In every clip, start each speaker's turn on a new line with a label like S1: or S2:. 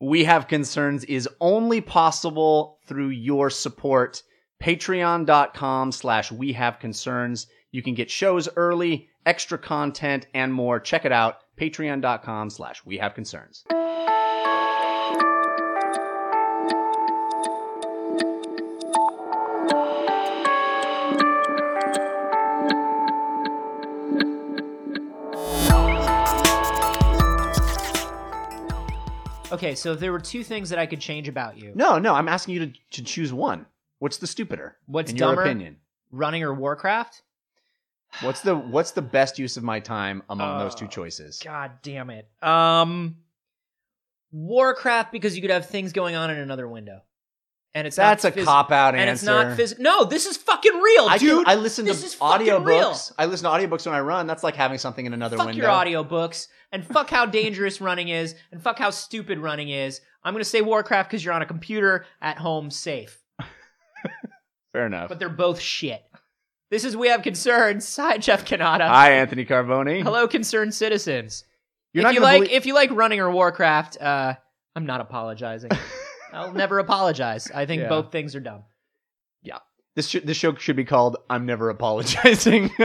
S1: We Have Concerns is only possible through your support. Patreon.com slash We Have Concerns. You can get shows early, extra content, and more. Check it out. Patreon.com slash We Have Concerns.
S2: Okay, so if there were two things that I could change about you,
S1: No, no, I'm asking you to, to choose one. What's the stupider?
S2: What's
S1: in
S2: dumber?
S1: your opinion?
S2: running or Warcraft?
S1: What's the what's the best use of my time among those two
S2: Uh,
S1: choices?
S2: God damn it. Um Warcraft because you could have things going on in another window. And it's
S1: That's a
S2: not phys-
S1: cop out answer.
S2: and it's not physical. No, this is fucking real,
S1: I,
S2: dude.
S1: can, I listen
S2: this is
S1: to
S2: fucking real.
S1: audiobooks. I listen to audiobooks when I run. That's like having something in another
S2: fuck
S1: window.
S2: your audiobooks and fuck how dangerous running is and fuck how stupid running is. I'm going to say Warcraft cuz you're on a computer at home safe.
S1: Fair enough.
S2: But they're both shit. This is we have concerns. Hi Jeff Canada.
S1: Hi, Anthony Carboni.
S2: Hello concerned citizens.
S1: You're
S2: if
S1: not
S2: you
S1: gonna
S2: like
S1: belie-
S2: if you like running or Warcraft, uh, I'm not apologizing. I'll never apologize. I think
S1: Yeah.
S2: both things are dumb.
S1: this sh- this show should be called "I'm Never Apologizing."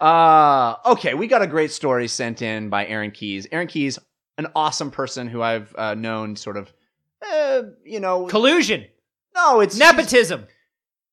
S1: uh, okay, we got a great story sent in by Aaron Keys. Aaron Keys, an awesome person who I've uh, known, sort of, uh, you know,
S2: Collusion,
S1: no, it's
S2: nepotism.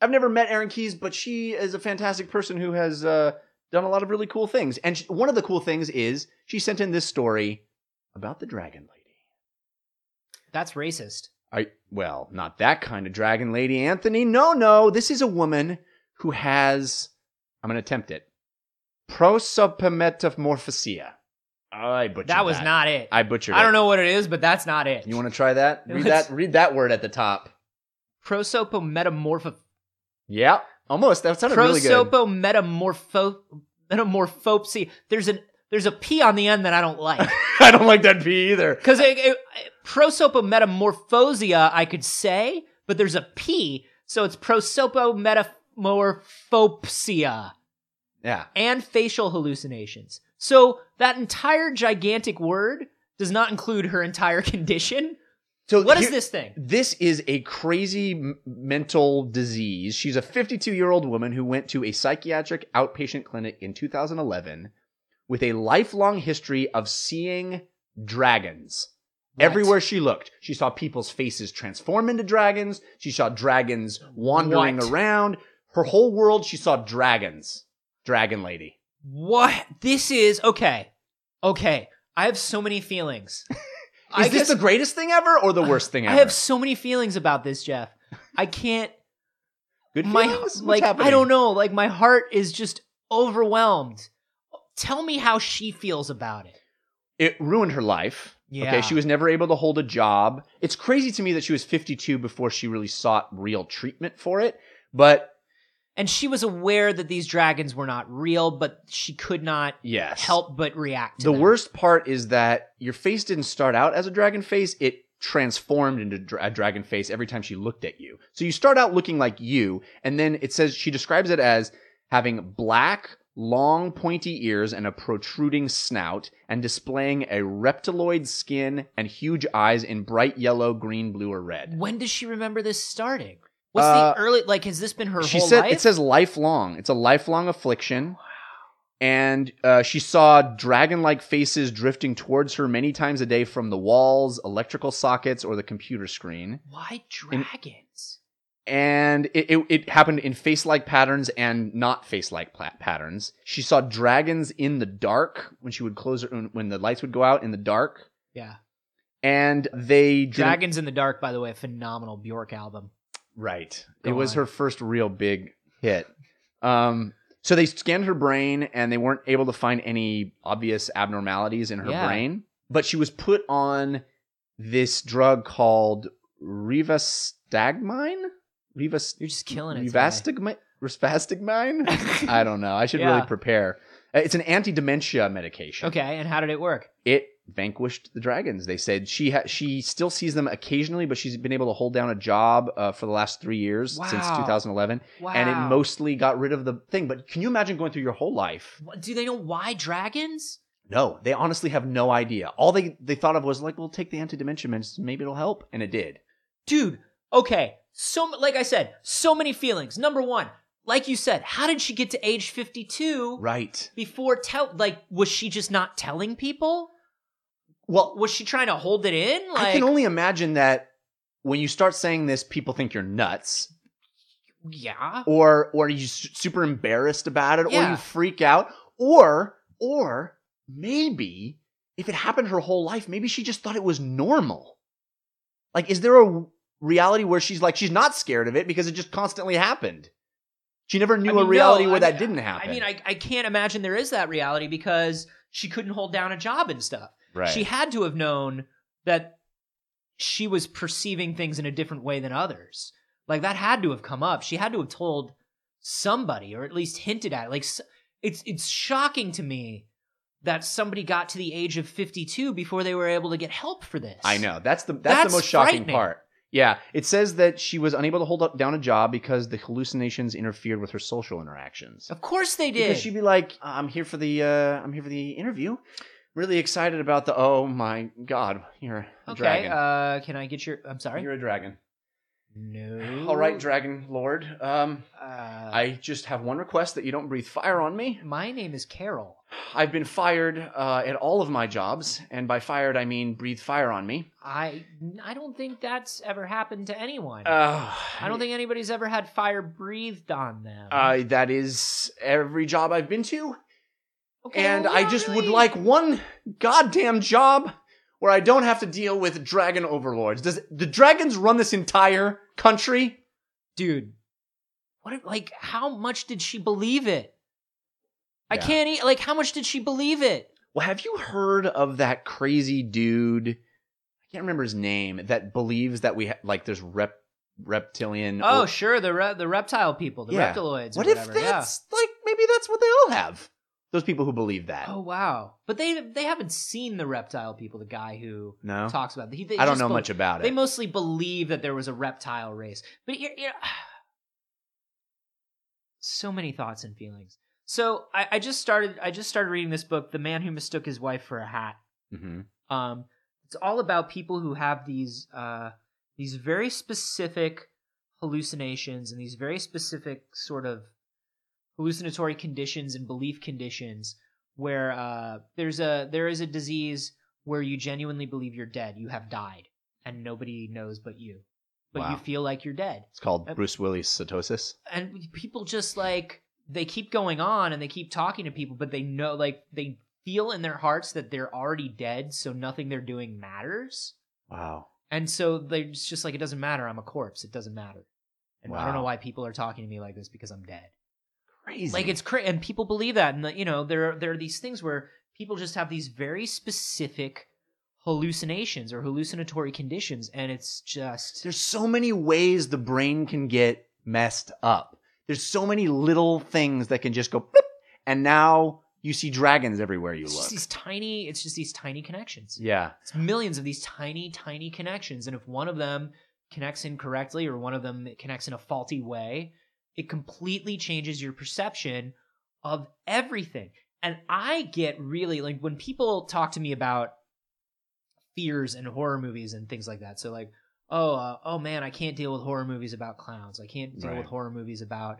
S1: I've never met Erin Keys, but she is a fantastic person who has uh, done a lot of really cool things. And she, one of the cool things is she sent in this story about the dragon lady.
S2: That's racist.
S1: I well, not that kind of dragon lady, Anthony. No, no, this is a woman who has. I'm gonna attempt it. Prosopometamorphosia. I butchered that.
S2: That was not it. I,
S1: I butchered.
S2: don't know what it is, but that's not it.
S1: You want to try that?
S2: It
S1: Read
S2: was-
S1: that. Read that word at the top.
S2: prosopometamorpho
S1: Yeah, almost. That sounded really good.
S2: prosopometamorpho metamorphopsy. There's an there's a p on the end that I don't like
S1: I don't like that P either.
S2: because it, it, it- prosopometamorphosia I could say, but there's a p, so it's prosopometamorphopsia.
S1: Yeah.
S2: and facial hallucinations. So that entire gigantic word does not include her entire condition.
S1: So
S2: What is
S1: here-
S2: this thing?
S1: This is a crazy m- mental disease. She's a 52 year old woman who went to a psychiatric outpatient clinic in 2011 with a lifelong history of seeing dragons.
S2: What?
S1: Everywhere she looked, she saw people's faces transform into dragons. She saw dragons wandering
S2: What?
S1: around. Her whole world, she saw dragons. Dragon lady.
S2: What this is? Okay, okay. I have so many feelings.
S1: Is this the greatest thing ever or the worst thing ever?
S2: I have so many feelings about this, Jeff. I can't.
S1: Good
S2: my
S1: feelings? What's
S2: like I
S1: happening?
S2: don't know. Like my heart is just overwhelmed. Tell me how she feels about it.
S1: It ruined her life.
S2: Yeah.
S1: Okay, she was never able to hold a job. It's crazy to me that she was 52 before she really sought real treatment for it. But
S2: and she was aware that these dragons were not real, but she could not
S1: yes,
S2: help but react. To
S1: The
S2: them.
S1: worst part is that your face didn't start out as a dragon face. It transformed into dra- a dragon face every time she looked at you. So you start out looking like you, and then it says she describes it as having black, long, pointy ears and a protruding snout, and displaying a reptiloid skin and huge eyes in bright yellow, green, blue, or red.
S2: When does she remember this starting? What's
S1: Uh,
S2: the early like? Has this been her
S1: she
S2: whole
S1: said
S2: life?
S1: it says lifelong. It's a lifelong affliction. And uh, she saw dragon-like faces drifting towards her many times a day from the walls, electrical sockets, or the computer screen.
S2: why dragons?
S1: And it, it, it happened in face-like patterns and not face-like pla- patterns. She saw dragons in the dark when she would close her, when- when the lights would go out in the dark.
S2: Yeah.
S1: And they didn't-
S2: Dragons in the Dark, by the way, phenomenal Bjork album.
S1: Right.
S2: Go
S1: it was
S2: on.
S1: her first real big hit. Um, so they scanned her brain and they weren't able to find any obvious abnormalities in her
S2: Yeah.
S1: brain. But she was put on this drug called rivastagmine? Rivas-
S2: You're just killing it. today.
S1: rivastigmine? Rivastigmine? I don't know. I should
S2: Yeah.
S1: really prepare. Uh, It's an anti-dementia medication
S2: Okay, and how did it work?
S1: it vanquished the dragons. They said she ha- she still sees them occasionally, but she's been able to hold down a job uh, for the last three years since
S2: Wow.
S1: 2011,
S2: Wow.
S1: and it mostly got rid of the thing. But can you imagine going through your whole life?
S2: What- Do they know why dragons?
S1: No, they honestly have no idea. All they they thought of was like, we'll take the anti-dementia meds, maybe it'll help, and it did.
S2: dude okay so m- like i said so many feelings number one like you said how did she get to age 52
S1: Right.
S2: before tell like was she just not telling people
S1: Well,
S2: was she trying to hold it in like
S1: I can only imagine that when you start saying this, people think you're nuts,
S2: yeah
S1: or or you s- super embarrassed about it, or
S2: Yeah.
S1: you freak out, or or maybe if it happened her whole life, maybe she just thought it was normal. Like, is there a reality where she's like she's not scared of it because it just constantly happened? She never knew
S2: I mean,
S1: a reality
S2: no,
S1: where
S2: I
S1: that
S2: mean,
S1: didn't happen.
S2: i mean I, I can't imagine there is that reality because she couldn't hold down a job and stuff
S1: right.
S2: she had to have known that she was perceiving things in a different way than others like that had to have come up she had to have told somebody or at least hinted at it. like s- it's it's shocking to me that somebody got to the age of 52 before they were able to get help for this
S1: I know. That's the that's,
S2: That's
S1: the most shocking
S2: frightening.
S1: part. Yeah, it says that she was unable to hold up, down a job because the hallucinations interfered with her social interactions.
S2: of course they did
S1: Because she'd be like, "I'm here for the uh, I'm here for the interview. Really excited about the oh my god, you're a
S2: okay
S1: dragon.
S2: uh can i get your i'm sorry
S1: You're a dragon.
S2: no
S1: All right, dragon lord. Um,
S2: uh,
S1: I just have one request that you don't breathe fire on me.
S2: my name is carol
S1: I've been fired uh, at all of my jobs, and by fired I mean breathe fire on me.
S2: i i don't think that's ever happened to anyone
S1: Uh,
S2: I don't think anybody's ever had fire breathed on them.
S1: uh, that is every job I've been to.
S2: Okay,
S1: And
S2: well,
S1: I
S2: not
S1: just would
S2: really-
S1: like one goddamn job where I don't have to deal with dragon overlords. Does the dragons run this entire country?
S2: dude. What? if- Like, how much did she believe it? I
S1: Yeah.
S2: can't eat. Like, how much did she believe it?
S1: Well, have you heard of that crazy dude? I can't remember his name that believes that we ha- like there's rep reptilian.
S2: Oh,
S1: o-
S2: sure, the re- the reptile people, the
S1: Yeah.
S2: reptiloids. or
S1: what if
S2: whatever, yeah.
S1: that's like maybe that's what they all have? Those people who believe that.
S2: Oh wow! But they they haven't seen the reptile people. The guy who
S1: no,
S2: talks about he, they
S1: I don't
S2: just
S1: know
S2: bel-
S1: much about
S2: They
S1: it.
S2: mostly believe that there was a reptile race. But you you so many thoughts and feelings. So I, I just started. I just started reading this book, "The Man Who Mistook His Wife for a Hat."
S1: hmm
S2: Um, it's all about people who have these uh, these very specific hallucinations and these very specific sort of hallucinatory conditions and belief conditions where uh, there's a there is a disease where you genuinely believe you're dead, you have died, and nobody knows but you, but
S1: Wow.
S2: you feel like you're dead
S1: It's called
S2: Um,
S1: Bruce Willis setosis.
S2: and people just like they keep going on and they keep talking to people but they know like they feel in their hearts that they're already dead so nothing they're doing matters
S1: Wow.
S2: and so they're just just like it doesn't matter i'm a corpse it doesn't matter and i don't know
S1: Wow.
S2: why people are talking to me like this because i'm dead
S1: Crazy.
S2: like it's crazy and people believe that and the, you know there are, there are these things where people just have these very specific hallucinations or hallucinatory conditions and it's just
S1: There's so many ways the brain can get messed up. There's so many little things that can just go, "Blip," and now you see dragons everywhere you
S2: it's
S1: look.
S2: just these tiny it's just these tiny connections
S1: Yeah.
S2: It's millions of these tiny, tiny connections. And if one of them connects incorrectly or one of them connects in a faulty way, it completely changes your perception of everything. And I get really like when people talk to me about fears and horror movies and things like that. So like, oh, uh, oh man, I can't deal with horror movies about clowns. I can't deal
S1: Right.
S2: with horror movies about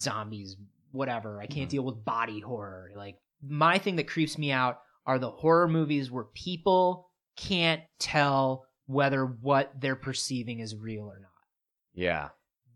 S2: zombies, whatever. I can't
S1: Mhm.
S2: deal with body horror. Like my thing that creeps me out are the horror movies where people can't tell whether what they're perceiving is real or not.
S1: Yeah.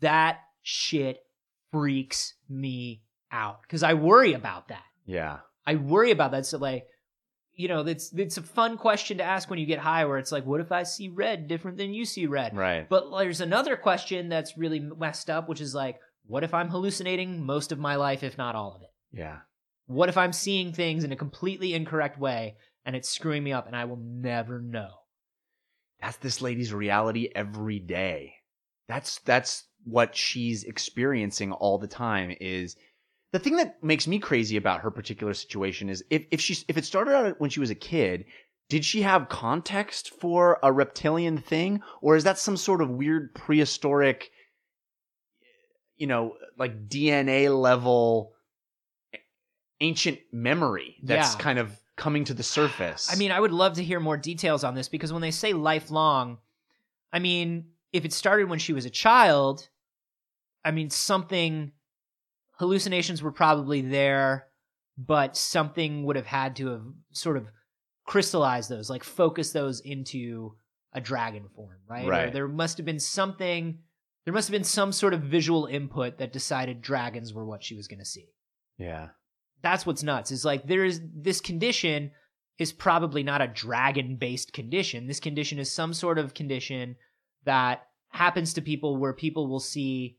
S2: That shit freaks me out because I worry about that.
S1: Yeah.
S2: I worry about that. So like, you know, it's it's a fun question to ask when you get high, where it's like, what if I see red different than you see red?
S1: Right.
S2: But there's another question that's really messed up, which is like, what if I'm hallucinating most of my life, if not all of it?
S1: Yeah.
S2: What if I'm seeing things in a completely incorrect way and it's screwing me up and I will never know?
S1: That's this lady's reality every day. That's that's what she's experiencing all the time is the thing that makes me crazy about her particular situation is if if she's if it started out when she was a kid, did she have context for a reptilian thing or is that some sort of weird prehistoric you know like DNA level ancient memory that's
S2: Yeah.
S1: kind of coming to the surface.
S2: I mean, I would love to hear more details on this because when they say lifelong, I mean, if it started when she was a child, I mean, something hallucinations were probably there, but something would have had to have sort of crystallized those, like focus those into a dragon form, right? Or
S1: Right.
S2: there must have been something, there must have been some sort of visual input that decided dragons were what she was going to see
S1: yeah.
S2: that's what's nuts is like there is this condition is probably not a dragon based condition this condition is some sort of condition that happens to people where people will see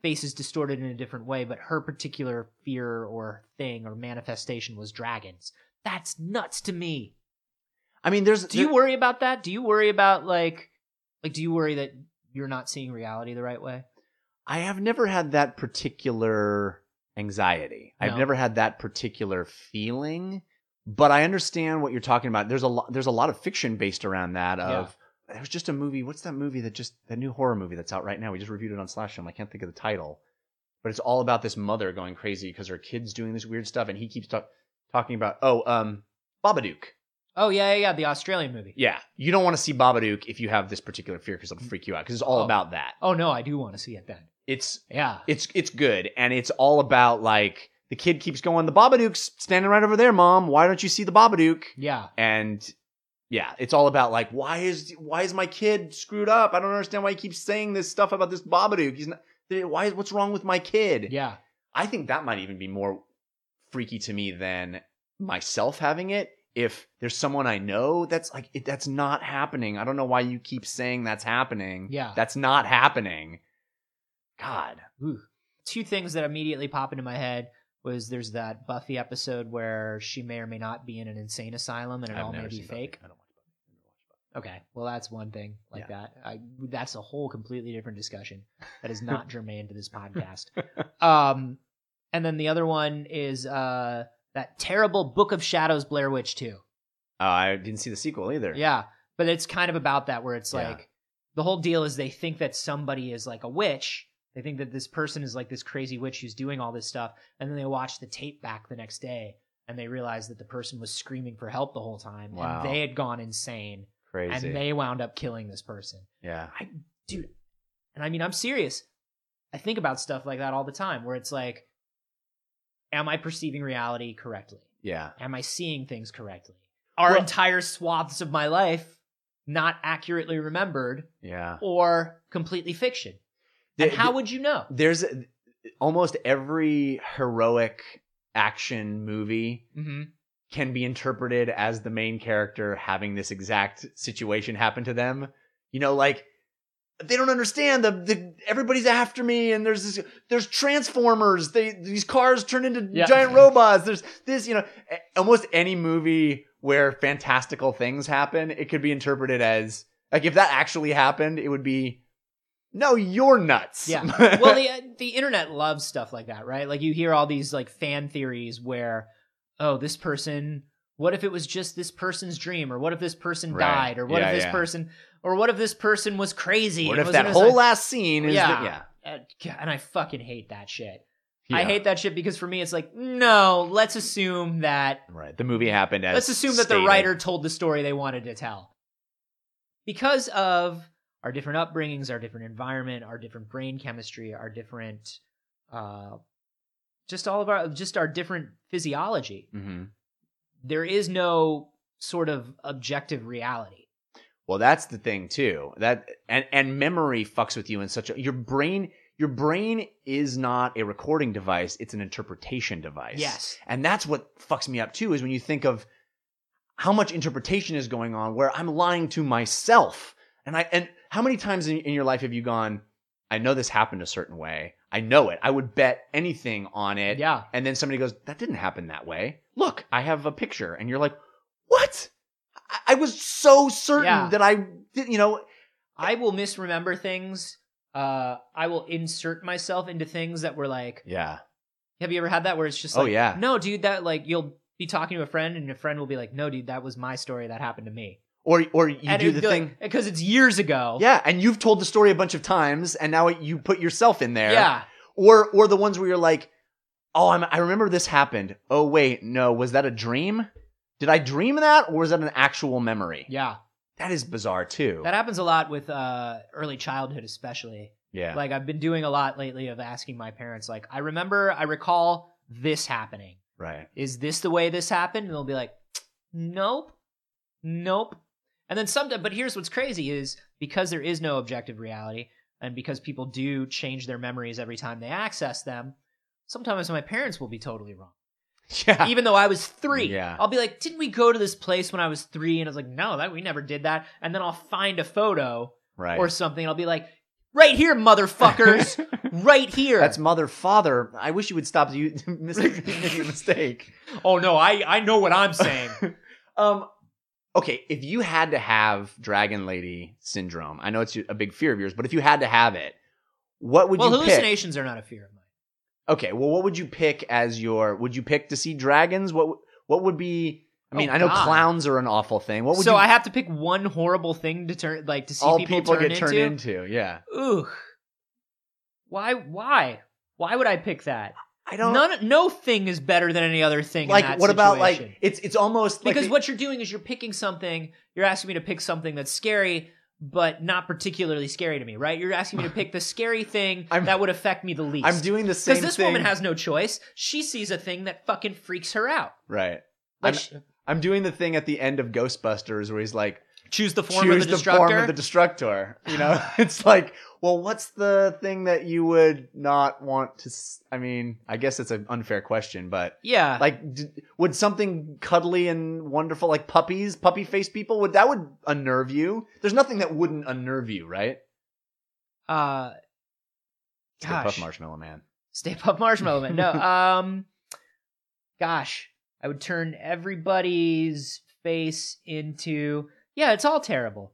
S2: faces distorted in a different way but her particular fear or thing or manifestation was dragons that's nuts to me
S1: I mean, there's
S2: do you
S1: there-
S2: worry about that do you worry about like like do you worry that you're not seeing reality the right way
S1: I have never had that particular anxiety. I've
S2: No.
S1: never had that particular feeling, but I understand what you're talking about. There's a lot there's a lot of fiction based around that of there was just a movie, what's that movie that just that new horror movie that's out right now? We just reviewed it on Slash Film. I can't think of the title. But it's all about this mother going crazy because her kid's doing this weird stuff and he keeps talk, talking about oh um Babadook.
S2: oh yeah yeah yeah the australian movie
S1: Yeah. You don't want to see Babadook if you have this particular fear because it'll freak you out because it's all
S2: Oh.
S1: about that.
S2: oh no i do want to see it then
S1: It's
S2: yeah
S1: it's it's good and it's all about like the kid keeps going the babadook's standing right over there mom why don't you see the babadook
S2: yeah
S1: and yeah it's all about like why is why is my kid screwed up i don't understand why he keeps saying this stuff about this babadook he's not why what's wrong with my kid
S2: yeah
S1: i think that might even be more freaky to me than myself having it if there's someone i know that's like it, that's not happening i don't know why you keep saying that's happening
S2: Yeah.
S1: that's not happening god
S2: two things that immediately pop into my head was there's that Buffy episode where she may or may not be in an insane asylum and it all may be fake.
S1: I don't watch
S2: Okay, well that's one thing like that. I, that's a whole completely different discussion that is not germane to this podcast. Um, and then the other one is uh, that terrible Book of Shadows Blair Witch too.
S1: Oh, I didn't see the sequel either.
S2: Yeah, but it's kind of about that where it's
S1: Yeah.
S2: like the whole deal is they think that somebody is like a witch. They think that this person is like this crazy witch who's doing all this stuff, and then they watch the tape back the next day and they realize that the person was screaming for help the whole time
S1: Wow.
S2: and they had gone insane
S1: crazy.
S2: and they wound up killing this person.
S1: yeah,
S2: Dude, and I mean I'm serious. I think about stuff like that all the time where it's like am I perceiving reality correctly?
S1: yeah.
S2: am I seeing things correctly? Are
S1: Well-
S2: entire swaths of my life not accurately remembered
S1: Yeah.
S2: or completely fiction? And
S1: The-
S2: how
S1: the-
S2: would you know?
S1: there's a- almost every heroic action movie
S2: Mm-hmm.
S1: can be interpreted as the main character having this exact situation happen to them. You know, like they don't understand the, the everybody's after me and there's this, there's transformers they these cars turn into
S2: Yeah.
S1: giant robots there's this you know a- almost any movie where fantastical things happen it could be interpreted as like if that actually happened it would be no you're nuts
S2: Yeah. well, the uh, the internet loves stuff like that, right? Like you hear all these like fan theories where, oh, this person. What if it was just this person's dream, or what if this person
S1: Right.
S2: died, or what
S1: Yeah,
S2: if this
S1: yeah.
S2: person, or what if this person was crazy?
S1: what
S2: and
S1: if
S2: was
S1: that
S2: in a-
S1: whole last scene is
S2: Yeah.
S1: the, yeah.
S2: Uh, God, and I fucking hate that shit.
S1: yeah
S2: I hate that shit because for me, it's like, no, let's assume that
S1: right the movie happened as
S2: let's assume that the
S1: stated.
S2: writer told the story they wanted to tell because of our different upbringings our different environment our different brain chemistry our different uh just all of our just our different physiology
S1: Mhm.
S2: there is no sort of objective reality
S1: Well, that's the thing too. That and and memory fucks with you in such a your brain your brain is not a recording device, it's an interpretation device.
S2: yes
S1: And that's what fucks me up too is when you think of how much interpretation is going on where I'm lying to myself. And I and how many times in, in your life have you gone, I know this happened a certain way. I know it. I would bet anything on it.
S2: yeah
S1: And then somebody goes, that didn't happen that way. Look, I have a picture. And you're like, what? I, I was so certain
S2: Yeah.
S1: that I did, you know,
S2: i will misremember things uh i will insert myself into things that were like
S1: yeah,
S2: Have you ever had that where it's just
S1: Oh,
S2: like,
S1: yeah.
S2: no, dude, that like you'll be talking to a friend and your friend will be like, no, dude, that was my story that happened to me.
S1: or, or you
S2: and
S1: do the thing.
S2: because it's years ago.
S1: Yeah. And you've told the story a bunch of times and now you put yourself in there.
S2: yeah,
S1: Or, or the ones where you're like, oh, I'm, I remember this happened. Oh, wait, no, was that a dream? Did I dream that or was that an actual memory?
S2: Yeah.
S1: That is bizarre too.
S2: That happens a lot with uh, early childhood, especially.
S1: yeah.
S2: Like I've been doing a lot lately of asking my parents, like, I remember, I recall this happening.
S1: right.
S2: Is this the way this happened? And they'll be like, nope, nope. And then sometimes, but here's what's crazy is because there is no objective reality and because people do change their memories every time they access them, sometimes my parents will be totally wrong.
S1: Yeah.
S2: Even though I was three,
S1: Yeah.
S2: I'll be like, didn't we go to this place when I was three? And I was like, no, that we never did that. And then I'll find a photo
S1: Right.
S2: or something. I'll be like, right here, motherfuckers, right here.
S1: That's mother father. I wish you would stop you making a mistake.
S2: oh no, I I know what I'm saying.
S1: Um okay, if you had to have dragon lady syndrome, I know it's a big fear of yours, but if you had to have it, what would
S2: well,
S1: you pick?
S2: hallucinations are not a fear of mine.
S1: Okay, well, what would you pick as your? Would you pick to see dragons? What w- What would be? I mean,
S2: Oh,
S1: I know
S2: God.
S1: clowns are an awful thing. What would
S2: so
S1: you?
S2: I have to pick one horrible thing to turn like to see
S1: all
S2: people,
S1: people,
S2: turn
S1: get
S2: into.
S1: turned into. Yeah,
S2: Ugh. Why? Why? Why would I pick that?
S1: I don't
S2: None, no thing is better than any other thing. in
S1: like.
S2: that
S1: What about like?
S2: situation.
S1: It's it's almost like
S2: Because
S1: the-
S2: what you're doing is you're picking something. You're asking me to pick something that's scary, but not particularly scary to me, right? You're asking me to pick the scary thing
S1: I'm-
S2: that would affect me the least.
S1: I'm doing the same
S2: Because this
S1: thing.
S2: woman has no choice. She sees a thing that fucking freaks her out.
S1: right. I'm-
S2: Like, sh-
S1: I'm doing the thing at the end of Ghostbusters where he's like,
S2: choose the form
S1: choose
S2: of the
S1: the
S2: destructor.
S1: form of the destructor. You know, it's like, well, what's the thing that you would not want to? s- I mean, I guess it's an unfair question, but
S2: yeah.
S1: like d- would something cuddly and wonderful like puppies puppy face people would that would unnerve you there's nothing that wouldn't unnerve you right
S2: uh,
S1: Stay Puft
S2: Gosh.
S1: marshmallow man
S2: Stay Puft Marshmallow Man. No. Um, gosh, I would turn everybody's face into. Yeah, it's all terrible.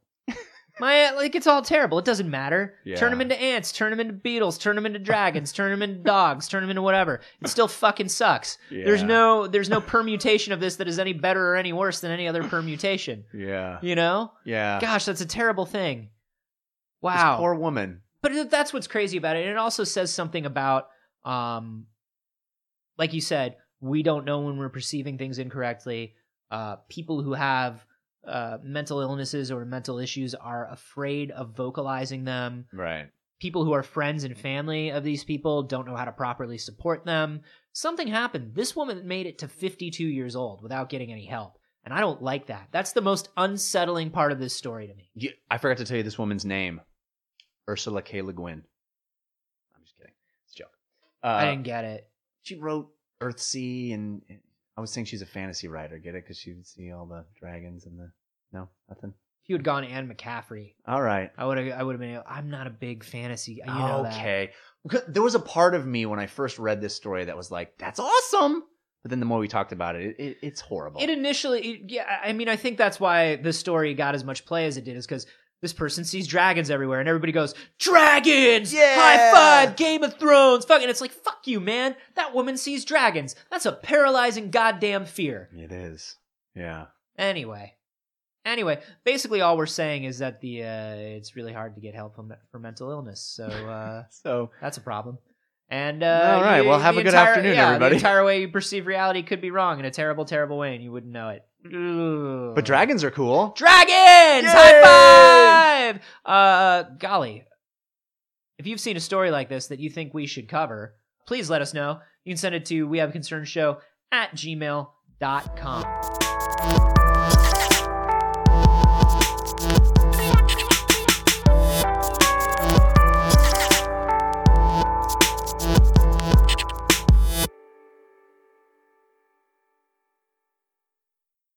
S2: My like, it's all terrible. It doesn't matter.
S1: Yeah.
S2: Turn them into ants. Turn them into beetles. Turn them into dragons. turn them into dogs. Turn them into whatever. It still fucking sucks. There's no there's no permutation of this that is any better or any worse than any other permutation.
S1: yeah
S2: You know?
S1: yeah This
S2: Gosh, that's a terrible thing. Wow.
S1: poor woman
S2: but it- that's what's crazy about it. And it also says something about um like you said, we don't know when we're perceiving things incorrectly. Uh people who have uh mental illnesses or mental issues are afraid of vocalizing them
S1: right
S2: people who are friends and family of these people don't know how to properly support them. Something happened. This woman made it to 52 years old without getting any help. And I don't like that. That's the most unsettling part of this story to me.
S1: You- i forgot to tell you this woman's name ursula k le guin i'm just kidding it's a joke uh,
S2: I didn't get it.
S1: she wrote earthsea and and i was saying she's a fantasy writer get it because she would see all the dragons and the no nothing
S2: If you had gone Anne McCaffrey,
S1: all right
S2: I would have. I would have been. I'm not a big fantasy. You know that.
S1: okay. Because There was a part of me when I first read this story that was like, that's awesome. But then the more we talked about it, it, it it's horrible.
S2: It initially, it- yeah. I- I mean, I think that's why this story got as much play as it did, is because this person sees dragons everywhere, and everybody goes, "Dragons!
S1: Yeah!
S2: High five! Game of Thrones! Fucking!" It's like, fuck you, man. That woman sees dragons. That's a paralyzing goddamn fear.
S1: it is. Yeah.
S2: Anyway, anyway, basically, all we're saying is that the uh, it's really hard to get help for, for mental illness, so uh,
S1: So
S2: that's a problem. And uh,
S1: All right,
S2: you-
S1: well, have
S2: the
S1: a good
S2: entire-
S1: afternoon,
S2: yeah,
S1: everybody.
S2: The entire way you perceive reality could be wrong in a terrible, terrible way, and you wouldn't know it.
S1: But dragons are cool.
S2: Dragons!
S1: Yay!
S2: High five! Uh, golly. If you've seen a story like this that you think we should cover, please let us know. You can send it to we have concern show at gmail.com.